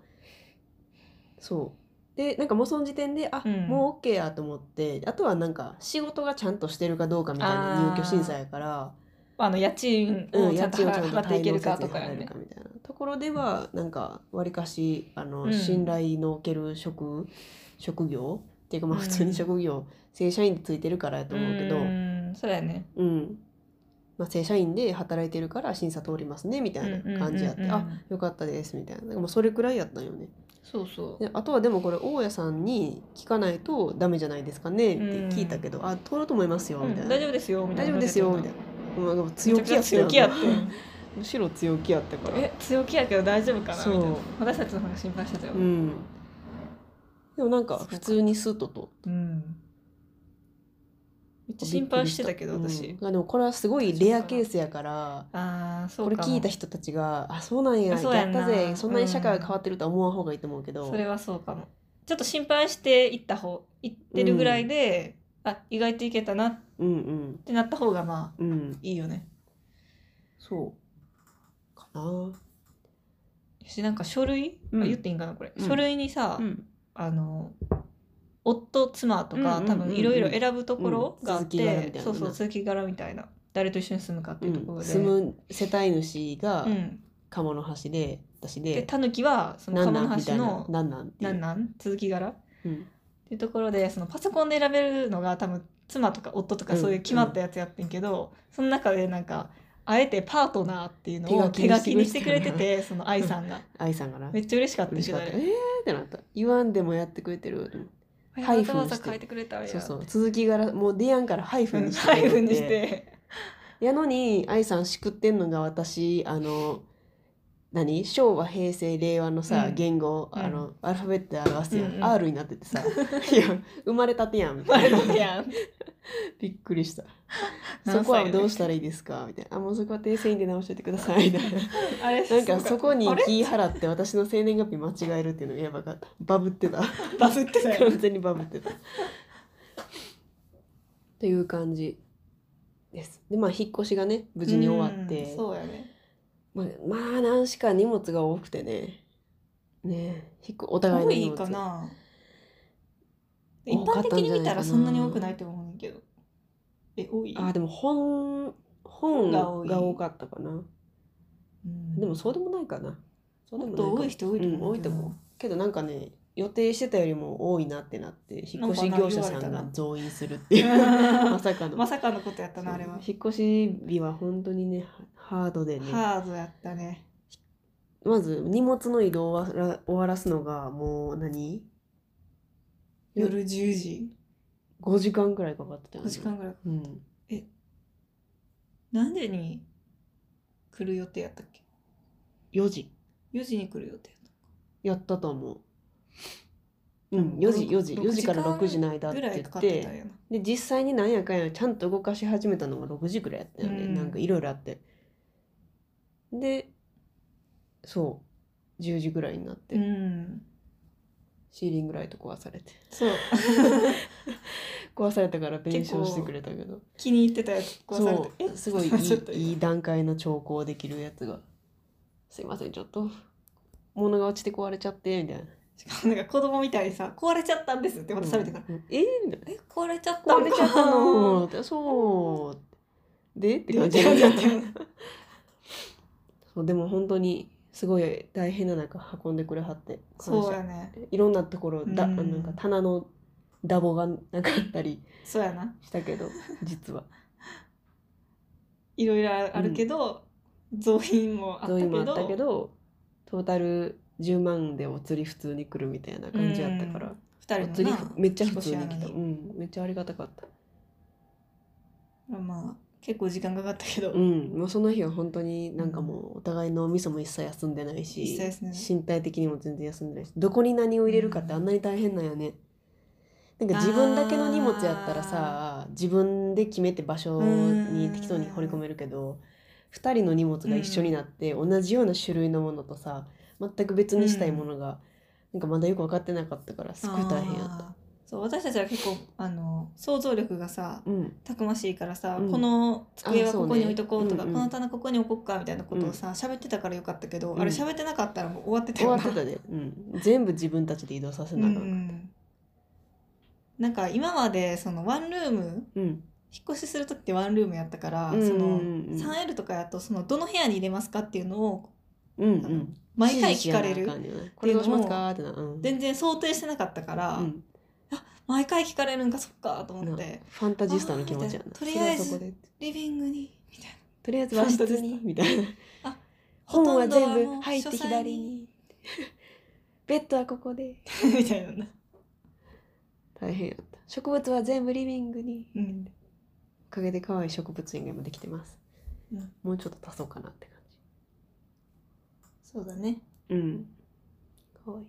そうでなんかもうその時点であ、
うん
もう OK やと思ってあとはなんか仕事がちゃんとしてるかどうかみたい
あ
な
ー
入居審査やから、
あの家賃
う
を
ん、
ちゃ
家
んと
賃をちゃんと
払っていけるか
滞納せず
とか
に
や
払える
ね
かみたいなところではなんかわりかしあの、
うん
信頼のおける職職業っていうかまあ
うん
普通に職業、正社員でついてるからやと思うけど、うん
んそうやね
まあ、正社員で働いてるから審査通りますねみたいな感じやって、
うんうんうんうん
あよかったですみたいななんかもうそれくらいやったんよね。
そうそう
であとはでもこれ大家さんに聞かないとダメじゃないですかねって聞いたけど「あ通ると思いますよ」
う
み
ん
たいな「
大丈夫ですよみた
大
い
丈
な
夫ですよ」みたいなまあでも強気やったよ
強気やって
むしろ強気やったから
え強気やけど大丈夫かな
そう
みたいな私たちの方が心配してたよ、
うんでもなんか
そうか
普通にスッとと
うんめっちゃ心配してたけど私、
うんでもこれはすごいレアケースやから
ああそ
こ
う
れ
かも
聞いた人たちが「あそうなんや
あそうや
や
ん
っ
な
たぜそんなに社会が変わってるとは思わん方がいいと思うけど
それはそうかもちょっと心配して行った方行ってるぐらいで、あ意外といけたなっ
うん
てなった方がまあ
うんうん
いいよね
そうかな
しなんか書類、
うん
あ言っていいんかなこれ、
うん
書類にさ、
ん
あの夫妻とか、
うんうんうんうん
多分いろいろ選ぶところがあって、
うん続き柄みたいな
そうそう続き柄みたいな誰と一緒に住むかっていうところで、
住む世帯主が、
うん
鴨の橋で私
で
で
タヌキはその
な
鴨
んなん
の
みた
橋
いな
の
なんなんってい
な
うん
なん続き柄っ
うん
ていうところでそのパソコンで選べるのが多分妻とか夫とか
うん
そういう決まったやつやってんけど、その中でなんかあえてパートナーっていうのを手
手
書
書
き
き
に
に
し
してて
く
く
れ
れ
て
た
てその愛さんが
愛さんから
めっちゃ嬉しかった
嬉しかった
あ
え
れ
ーってなった言わんでもやってくれてる
あ
ハイ
わ
フ
ざ
ンして
わざ書いてくれたんや
そうそう続きがらもう出やんからハイフ
う
ン
ん
にして
ハイフンにし
くれ
て
やのに愛さんしくってんのが私あの何昭和平成令和の
う
さ
ん
言語
うん
あのアルファベットで表すや
うんうんん
R になっ ててさ いや生まれたてやんみたいな
悪いやん
びっくりした
何歳
そこはどうしたらいいですかみたいなあもうそこは訂正員で直しててくださいみた いな
あれ
なんかそこに
あれ
気払って私の生年月日間違えるっていうのがやばかったバブってた
バズってたよ
完全にバブってたという感じですでまあ引っ越しがね無事に終わって
うん、そうやね
まあ、まあ何しか荷物が多くてねね引っ越お互
多
いの
い
荷物
かな一
多
般
かった
的
んじゃないかな
に見たらそんなに多くないと思うんだけどえ多い
あーでも本本
が多い
が多かったかな
うん
でもそうでもないかなそうで
もっ
もないか
と多い人多いと思うけど、
うん多いと思けどなんかね予定してたよりも多いなってなって引っ越し業者さんが増員するっていう まさかの
まさかのことやったなあれは
そう引っ越し日は本当にねハハードでね
ハードやったね
まず荷物の移動を終わら終わらすのがもう何
夜10時
5時間くらいかかってたよ
5
ね
時間ぐらい
うん
何時に来る予定やったっけ
4時
4時に来る予定
やったと思ううん
うん
4時4時
6
4時から
時間
6時の間っ
ぐ
て
ら
言
い
っ
かかって
て
たんやな
で実際になんやかんやちゃんと動かし始めたのが6時くらいやったよね、
うん
なんかいろいろあってでそう10時ぐらいになって、
うん
シーリングライト壊されて
そう
壊されたから弁償してくれたけど
気に入ってたやつ壊されて
そうすごいい
ちょっと
いいい段階の調光できるやつが「すいませんちょっと物が落ちて壊れちゃって」みたいな
しかもなんか子供みたいにさ壊れちゃったんですってまたされてから、
うんえみたいな
え壊れちゃった
壊れちゃったのってそうでって感じ
って感じだったよね
そうでも本当にすごい大変な中運んでくれはって感
そう
謝
やね
いろんなところだ、
うん
なんか棚のダボがなかったり
そうやな
したけ ど実はい
ろいろあるけど、増品もあった
そう
け
今あ
ど
ったけどトータル10万でお釣り普通に来るみたいな感じやったから、
2
お
人
釣
の
り
な
めっちゃ普通に
引っ
来
越
た、
しや
う
の
ん、めっちゃありがたかった
まあ結構時間かかったけど、
うんもうその日は本当になんかもうお互いのお味噌も一切休んでないし
一切休んでない
身体的にも全然休んでないしどこに何を入れるかってあんなに大変なんよね、なんか自分だけの荷物やったらさ自分で決めて場所に適当に放り込めるけど2人の荷物が一緒になって同じような種類のものとさ全く別にしたいものが、なんかまだよく分かってなかったからすごい大変やった。
あーそう私たちは結構あの想像力がさ
うん、
たくましいからさ、
うん
この机はここに置いとこうとか
あそうねうんうん
この棚ここに置こうかみたいなことをさ喋ってたからよかったけど、
うん
あれ喋ってなかったらもう終わってた
終
よ
わ
な
ってたで、うん、全部自分たちで移動させ
う
なあかんか
ん、なんか今までそのワンルーム
うん
引っ越しする時ってワンルームやったから、
うんうん
その
うんうん
3L とかやとそのどの部屋に入れますかっていうのを
うんう
あの
ん、
毎回聞かれ
指示し
る
なあかんよねこれどうしますかってな、うん、
全然想定してなかったから、
うん
毎回聞かれるんかそっかと思って、
ファンタジスタの気持ちやな
あーみたいなとりあえず
それはそこで
リビングにみたいな
とりあえず和
ファンタ
室
ジ
に
スタ
みたいな
あ
本
ほと
は
んどは
全
も
部
う
入って
書斎に
左にベッドはここで
みたいなな、
大変やった植物は全部リビングに
うん、
おかげで可愛い植物園が今できてます、
うん
もうちょっと足そうかなって感
そうだね、
じうん可愛い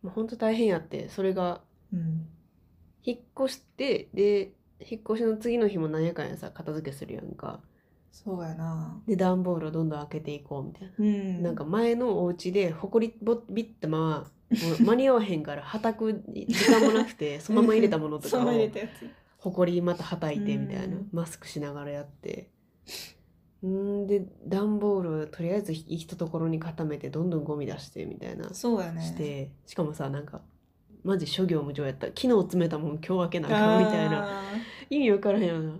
もうほんと大変やってそれが
うん、
引っ越してで引っ越しの次の日もなんやかんやさ片付けするやんか
そうやな
で段ボールをどんどん開けていこうみたいな
うん
なんか前のお家で埃ぼ びったままもう間に合わへんからはたく時間もな くてそのまま入れたものと
そ
か
の入れ
を
たやつ
埃またはたいてみたいな
うん
マスクしながらやってんで段ボールをとりあえずひ一ところに固めてどんどんゴミ出してみたいな
そうやね
してしかもさなんかマジ諸行無常やった昨日詰めたもん今日開けなあか
あ
ん
ー
みたいな意味わからへんよな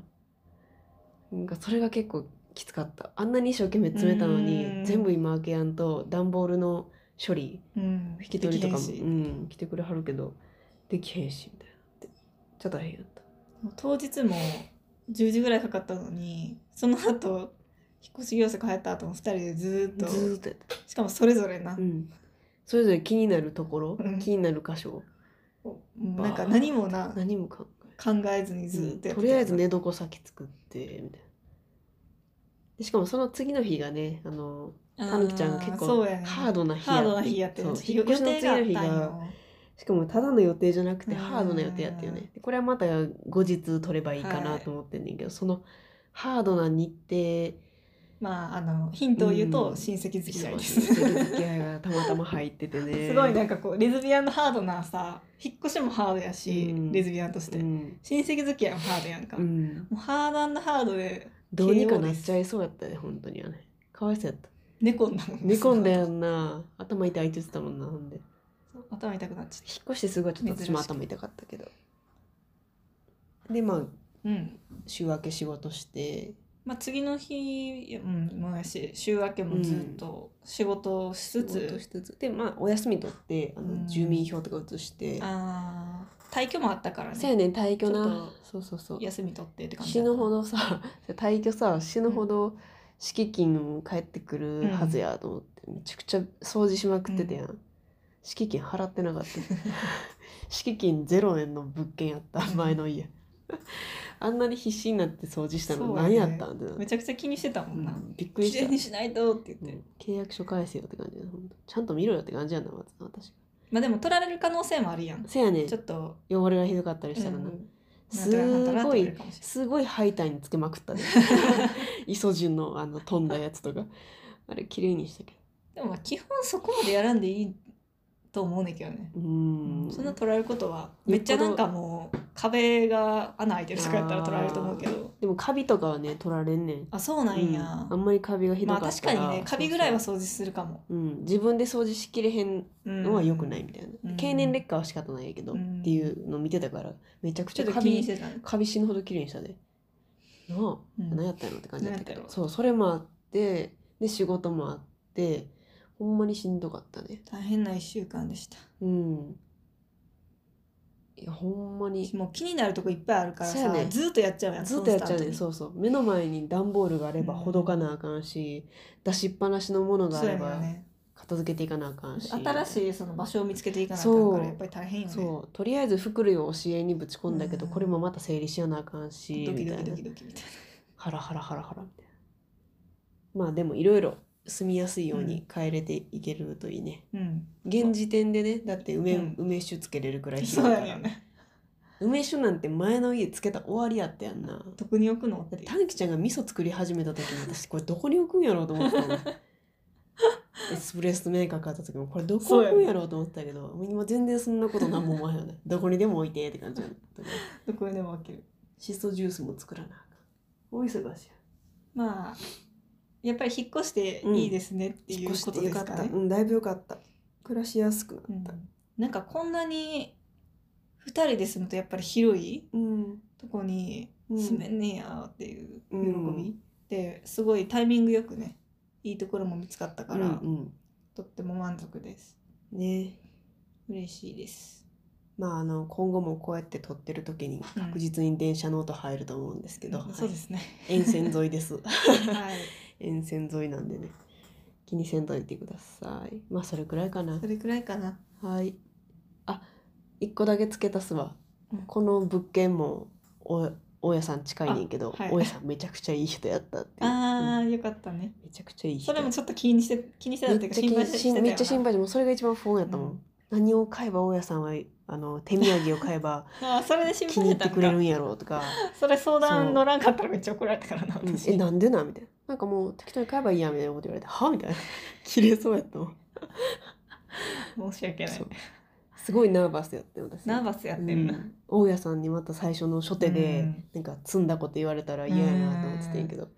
なんかそれが結構きつかったあんなに一生懸命詰めたの
うん
に全部今開けやんと段ボールの処理
うん、
引き取りとかも、
できへんし
うん、来てくれはるけどできへんしみたいなってめっちゃ大変やった
当日も10時ぐらいかかったのにその後引っ越し業者帰った後も2人でずーっと
ずーっとやった、
しかもそれぞれな
う、ん、それぞれ気になるところ、
うん
気になる箇所
もうなんか何もな
何も考
考えずに
え
ずーっとや
ず
ってた
とりあえず寝床先作ってみたいなでしかもその次の日がねあの
あー
たぬきちゃんが結構
そうやね
ハードな日や
ハードな日やってる
そう
予
引っ越しの
定
次
があ
の
っ
日
たん
が
よ
しかもただの予定じゃなくて
うん
ハードな予定やったよね。でこれはまた後日取ればいいかなと思ってんねんけど、そのハードな日程
まああのヒントを言う
う
と
ん
親戚付き合いです、
そうそう付き合いがたまたま入ってて ね
すごいなんかこうレズビアンのハードなさ引っ越しもハードやし、
うん
レズビアンとし
う
て、
ん、
親戚付き合いもハードやんか、
う
も
ん、
うハードアンドハードで
どうにかなっちゃいそうやったね本当にはねかわいそうやった
猫になるん
寝
です
込んだやんな頭痛いって言ってたもんなほんで
そう頭痛くなっちゃっ
引っ越してすぐはちょっと私も
珍しく
頭痛かったけどでまあ
たうん
週明け仕事して
まあ次の日うんもやし週明けもずっと仕事をしつ
仕事し
つ、
つつでまあお休み取ってあ
う
の
ん
住民票とか移して、
ああ退去もあったから
そうや
ね
ねん退去
ち
な
ょっ
そうそうそう
休み取ってって感じ
死
だった
ぬほどさ 退去さ死ぬほど敷金返ってくるはずやと思って、めちゃくちゃ掃除しまくってたやん、敷金払ってなかった 敷金0円の物件 やった前の家 あんなに必死になって掃除したの
そうや
何
ね
やったんってなって
めちゃくちゃ気にしてたもんな、
うんびっくり
き
し
れい
た、
にしないとって言って、
うん契約書返せよって感じだほんとちゃんと見ろよって感じやんなまず私
まあでも取られる可能性もあるやん
せやねん
ちょっと
汚れがひどかったりしたらな、
うんなん
す
となくなんとなく
ご
取れ
い
るかもしれない
すごいハイタイにつけま くったねイソジュンのあの飛んだやつとかあれ綺麗にしたけ
でもまあ基本そこまでやらんでいいと思うねんけどね。
どうん
そんな取られることはめっちゃなんかもう壁が穴開いてるとかやったら取られると思うけど
でもカビとかはね取られんねん
あそうなんや、
うんあんまりカビがひど
ま
か
あ
ったら
確かにねカビぐらいは
そう
掃除するかも
そううん、自分で掃除しきれへん
うん
のは良くないみたいな、
うん
経年劣化は仕方ないけど、
うん
っていうの見てたからめちゃくち
ちょ
ゃ
っと
カ
気にし
ビ
てたね
カビ死ぬほど綺麗にしたでなあ
うん
何やったんやろって感じだったけ
何や
ど
った
そうそれもあってで仕事もあってほんまにしんどかったね
大変な1週間でした
うんいやほんまに
もう気になるとこいっぱいあるから
そうや
さ、
ね
ずっとやっちゃうやん
ずっとやっちゃう
コ
ね
ンスタン
そうそう目の前に段ボールがあれば
うん
ほどかなあかんし、出しっぱなしのもの
トに
があ
そう
れ
やねんよ
ば
ね
片付けていかなあかんし
新しいその場所を見つけていかなあかん
そ
か
う
らやっぱり大変よね
そうとりあえず福類を教えにぶち込んだけど、
うん
これもまた整理しようなあかんし
ドキ
み
ド
た
キド
いな
キドキみたい
ハラハラハラハラみたいなまあでもいろいろ住みやすいように変えれていけるといいね、
なうん
現時点でねだって梅,、
うん
梅酒つけれるくらい
そうやねんね
梅酒なんて前の家つけた終わりやったやんな
どこに置くのっていう
たぬきちゃんが味噌作り始めた時に私これどこに置くんやろうと思ってたのエスプレッソメーカー買った時もこれどこ置くんやろうと思ってたけど、もう今全然そんなこと何も思わへんよねどこにでも置いてって感じだったから
どこにでも置ける
シソジュースも作らなあかん大忙しや
まあやっぱり引っ越していいですねっていう
引っ越し
こ
て
と
よ
で
か
す
った
かね。
うんだいぶよかった暮らしやすくなっ
うん
た
なんかこんなに2人で住むとやっぱり広い
うん
とこに
うん
住めんねやっていう喜び、
うん
ですごいタイミングよくねいいところも見つかった
う
か
ん
ら、
うん
とっても満足です
ね
嬉しいです
まああの今後もこうやって撮ってる時に確実に電車の音入ると思うんですけど、はい
そうですね
沿線沿いです
はい
沿線沿いなんでね気にせんといてくださいまあそれくらいかな
それくらいかな
はいあ一個だけ付け足すわ、
うん
この物件もお大家さん近いねんけど、
あはい
大家さんめちゃくちゃいい人やったっていう
あ
う
ー
ん
よかったね
めちゃくちゃいい人
それもちょっと気にして気にしてたってい
めっ
うか
ちゃ
心配
心
してたよな
めっちゃ心配でもうそれが一番不安やったもん、
うん
何を買えば大家さんはあの手土産を買 えば
あーそれで心
気
配
に入
して
って
たん
くれる
か
んやろ うとか、
それ相
そう
談乗らんかったらめっちゃ怒られたからな
うん
私
えなんでなみたいななんかもう適当に買えばいいやみたいなこと言われてはみたいな 切れそうやったもん
申し訳ない
そうすごいナーバスやって私
ナーバスやってるな、
うん大家さんにまた最初の初手で、
うん
なんか積んだこと言われたら嫌やなと思ってたんやけど、
うん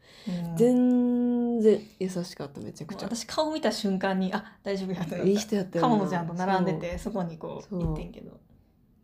全然優しかっためちゃく
もう
ちゃ
私顔見た瞬間にあ大丈夫やと
いい
思っ
人やった
た
よ
カ
な
モもちゃんと並んでてそこにこ
そう
う行ってんけど
そ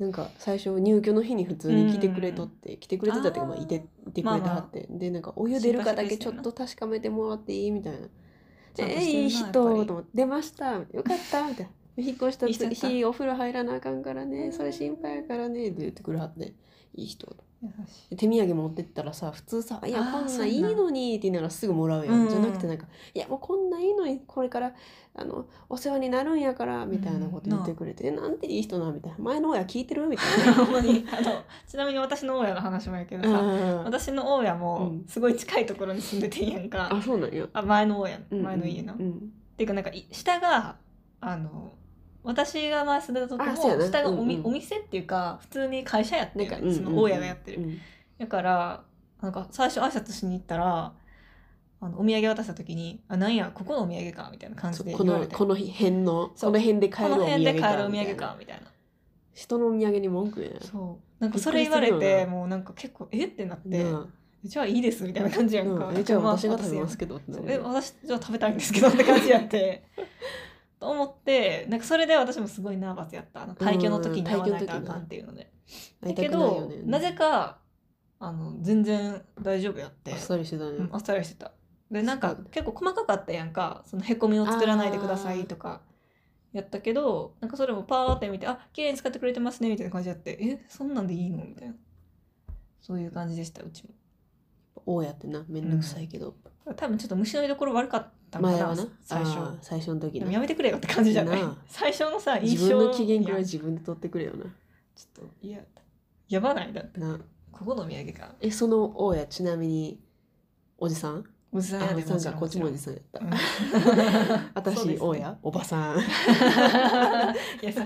うなんか最初入居の日に普通に来てくれとって、来てくれてたっていうかまあ
あー
いていてくれてはって、でなんかお湯出るかだけちょっと確かめてもらっていいみたいな「
ちゃんと
え
してるない
い人」と
や
思
っぱ
って「出ましたよかった」みたいな。引っ越した
いい人やった
日お風呂入らなあかんから
う
ね
ん
それ心配やからねって言ってくれはっていい人
優しい
手土産持ってったらさ普通さ「いや
あー
こん
そう
なん
やない
いのに」って言いながらすぐもらうやん、
うん
じゃなくてなんか「いやもうこんなんいいのにこれからあのお世話になるんやから」みたいなこと言ってくれて「えなんていい人な」みたいな「前の親聞いてる?」みたいな
ほんまにあのちなみに私の大家の話もやけどさ
あー
私の大家も
うん
すごい近いところに住んでてんやんか、
あそうなんや、
あ前の大家
うんうん
前の家の、
う
っ
ん
ていうかなんかい下があの私が前住んでた
あ
時
そうや
も
な
下がお,、み
うんうん
お店っていうか普通に会社やって
なん
ん
か、
よ
うん
ねその大家がやってる
うん
だからなんか最初挨拶しに行ったらあのお土産渡した時に「あなんやここのお土産か」みたいな感じで
こ
言われ
の
て
この辺の
そう
この辺で買
こ
える
の
お土産
辺で
か
買えるお土産
みたいな
かみたいな
人のお土産に文句言うね
そうなんかそれ言われ
びっくりする
て
よな
もうなんか結構「えっ?」てなって
なあ
「じゃあいいです」みたいな感じやんか
うんえじゃあ
ま
私が食べます
私
けどってな
そう
る
え私じゃあ食べたいんですけどって感じやって と思ってなんかそれで私もすごいナーバスやったあの退去の時に会わないとあかんっていうので
会
だ
いた
け
くないよ
ど
ね
なぜかあの全然大丈夫やって
あっさりしてたね、
うんあっさりしてたでなん
そ
か
う
結構細かかったやんかそのへこみを作らないでくださいとかやったけどなんかそれもパーって見てあ綺麗に使ってくれてますねみたいな感じやってえそんなんでいいのみたいなそういう感じでしたうちも
大家ってなめんどくさいけど、
多分ちょっと虫の居所悪かったんか
前
な
はな
最
あ
初
ー最初の時
で
な
もやめてくれよって感じじゃない
なあ
最初のさ
自
印象
分の機嫌ぐらい
いや
自分で取ってくれよな
ちょっといややばないだって
な
ここのお土産か
えその大家ちなみにおじさん
おじさんや
あお
で
じさんじ
ろ
ゃこっち
ろ
もおじさんやった、
うんそうで
私
すね
大家おばさん
優しい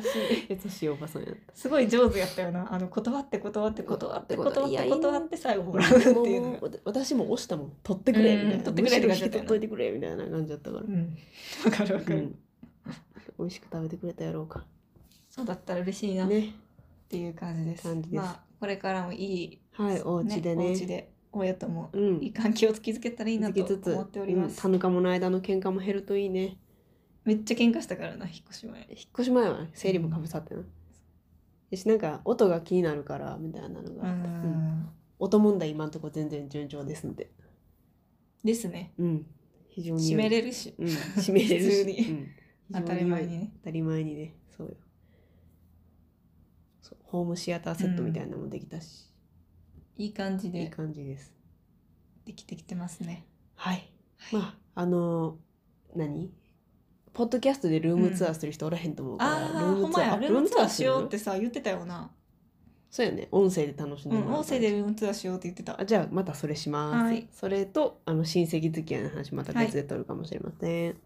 優しいおばさんやっ
すごい上手やったよなあの断って断って断って断って
いや
断
い
っ
い
て
の
最後もらうって
た
いうの
も
が
う私も押したもん取ってくれみたいな、
うん取ってくれって
む
感
し
じ
ろ
だっ
引
たよな
き取っといてくれみたいな感じだったから
う、んわかるわか
う
る、
ん、美味しく食べてくれたやろうか
そうだったら嬉しいなっ
ね
ていう感じです,、
感じです
まあこれからもいい、
はいお家でね
お家で親とも
うん
いい関係を築けたらいいなと
引きつつ
思っております、
うん、タヌカモの間の喧嘩も減るといいね
めっちゃ喧嘩したからな引っ越し前
引っ越し前はね生理もかぶさってな、よしなんか音が気になるからみたいなの
う
が、うん
ん
音問題今んとこ全然順調ですんで
ですね
うん非常に
閉
良
め
い
れるし
う ん閉めれる
普
し
通に
うん
当たり前にね
当たり前にねそうよそうホームシアターセットみたいなのもできたし、
いい感じ
いい
で
感じです
できてきてますね
はい
はい、
まああのー何ポッドキャストでルームツアーする人おらへんと思うから、
あーほんまやルームツアーしようっててさ言ってたよな
そうやね音声で楽しん
う
で
ん
もらう
音声でルームツアーしようって言ってた
あじゃあまたそれします、
はい
それとあの親戚付き合いの話また別で撮るかもしれません、
じ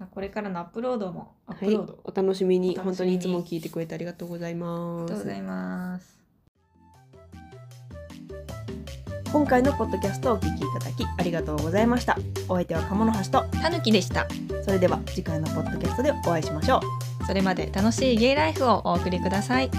ゃあこれからのアップロードもアッ
は
プ
い
ロード、
お楽しみに
お楽しみに
本当にいつも聞いてくれてありがとうござい
あり
ま
がとうございます
今回のポッドキャストをお聞きいただきありがとうございましたお相手は鴨の橋と
たぬきでした
それでは次回のポッドキャストでお会いしましょう
それまで楽しいゲイライフをお送りください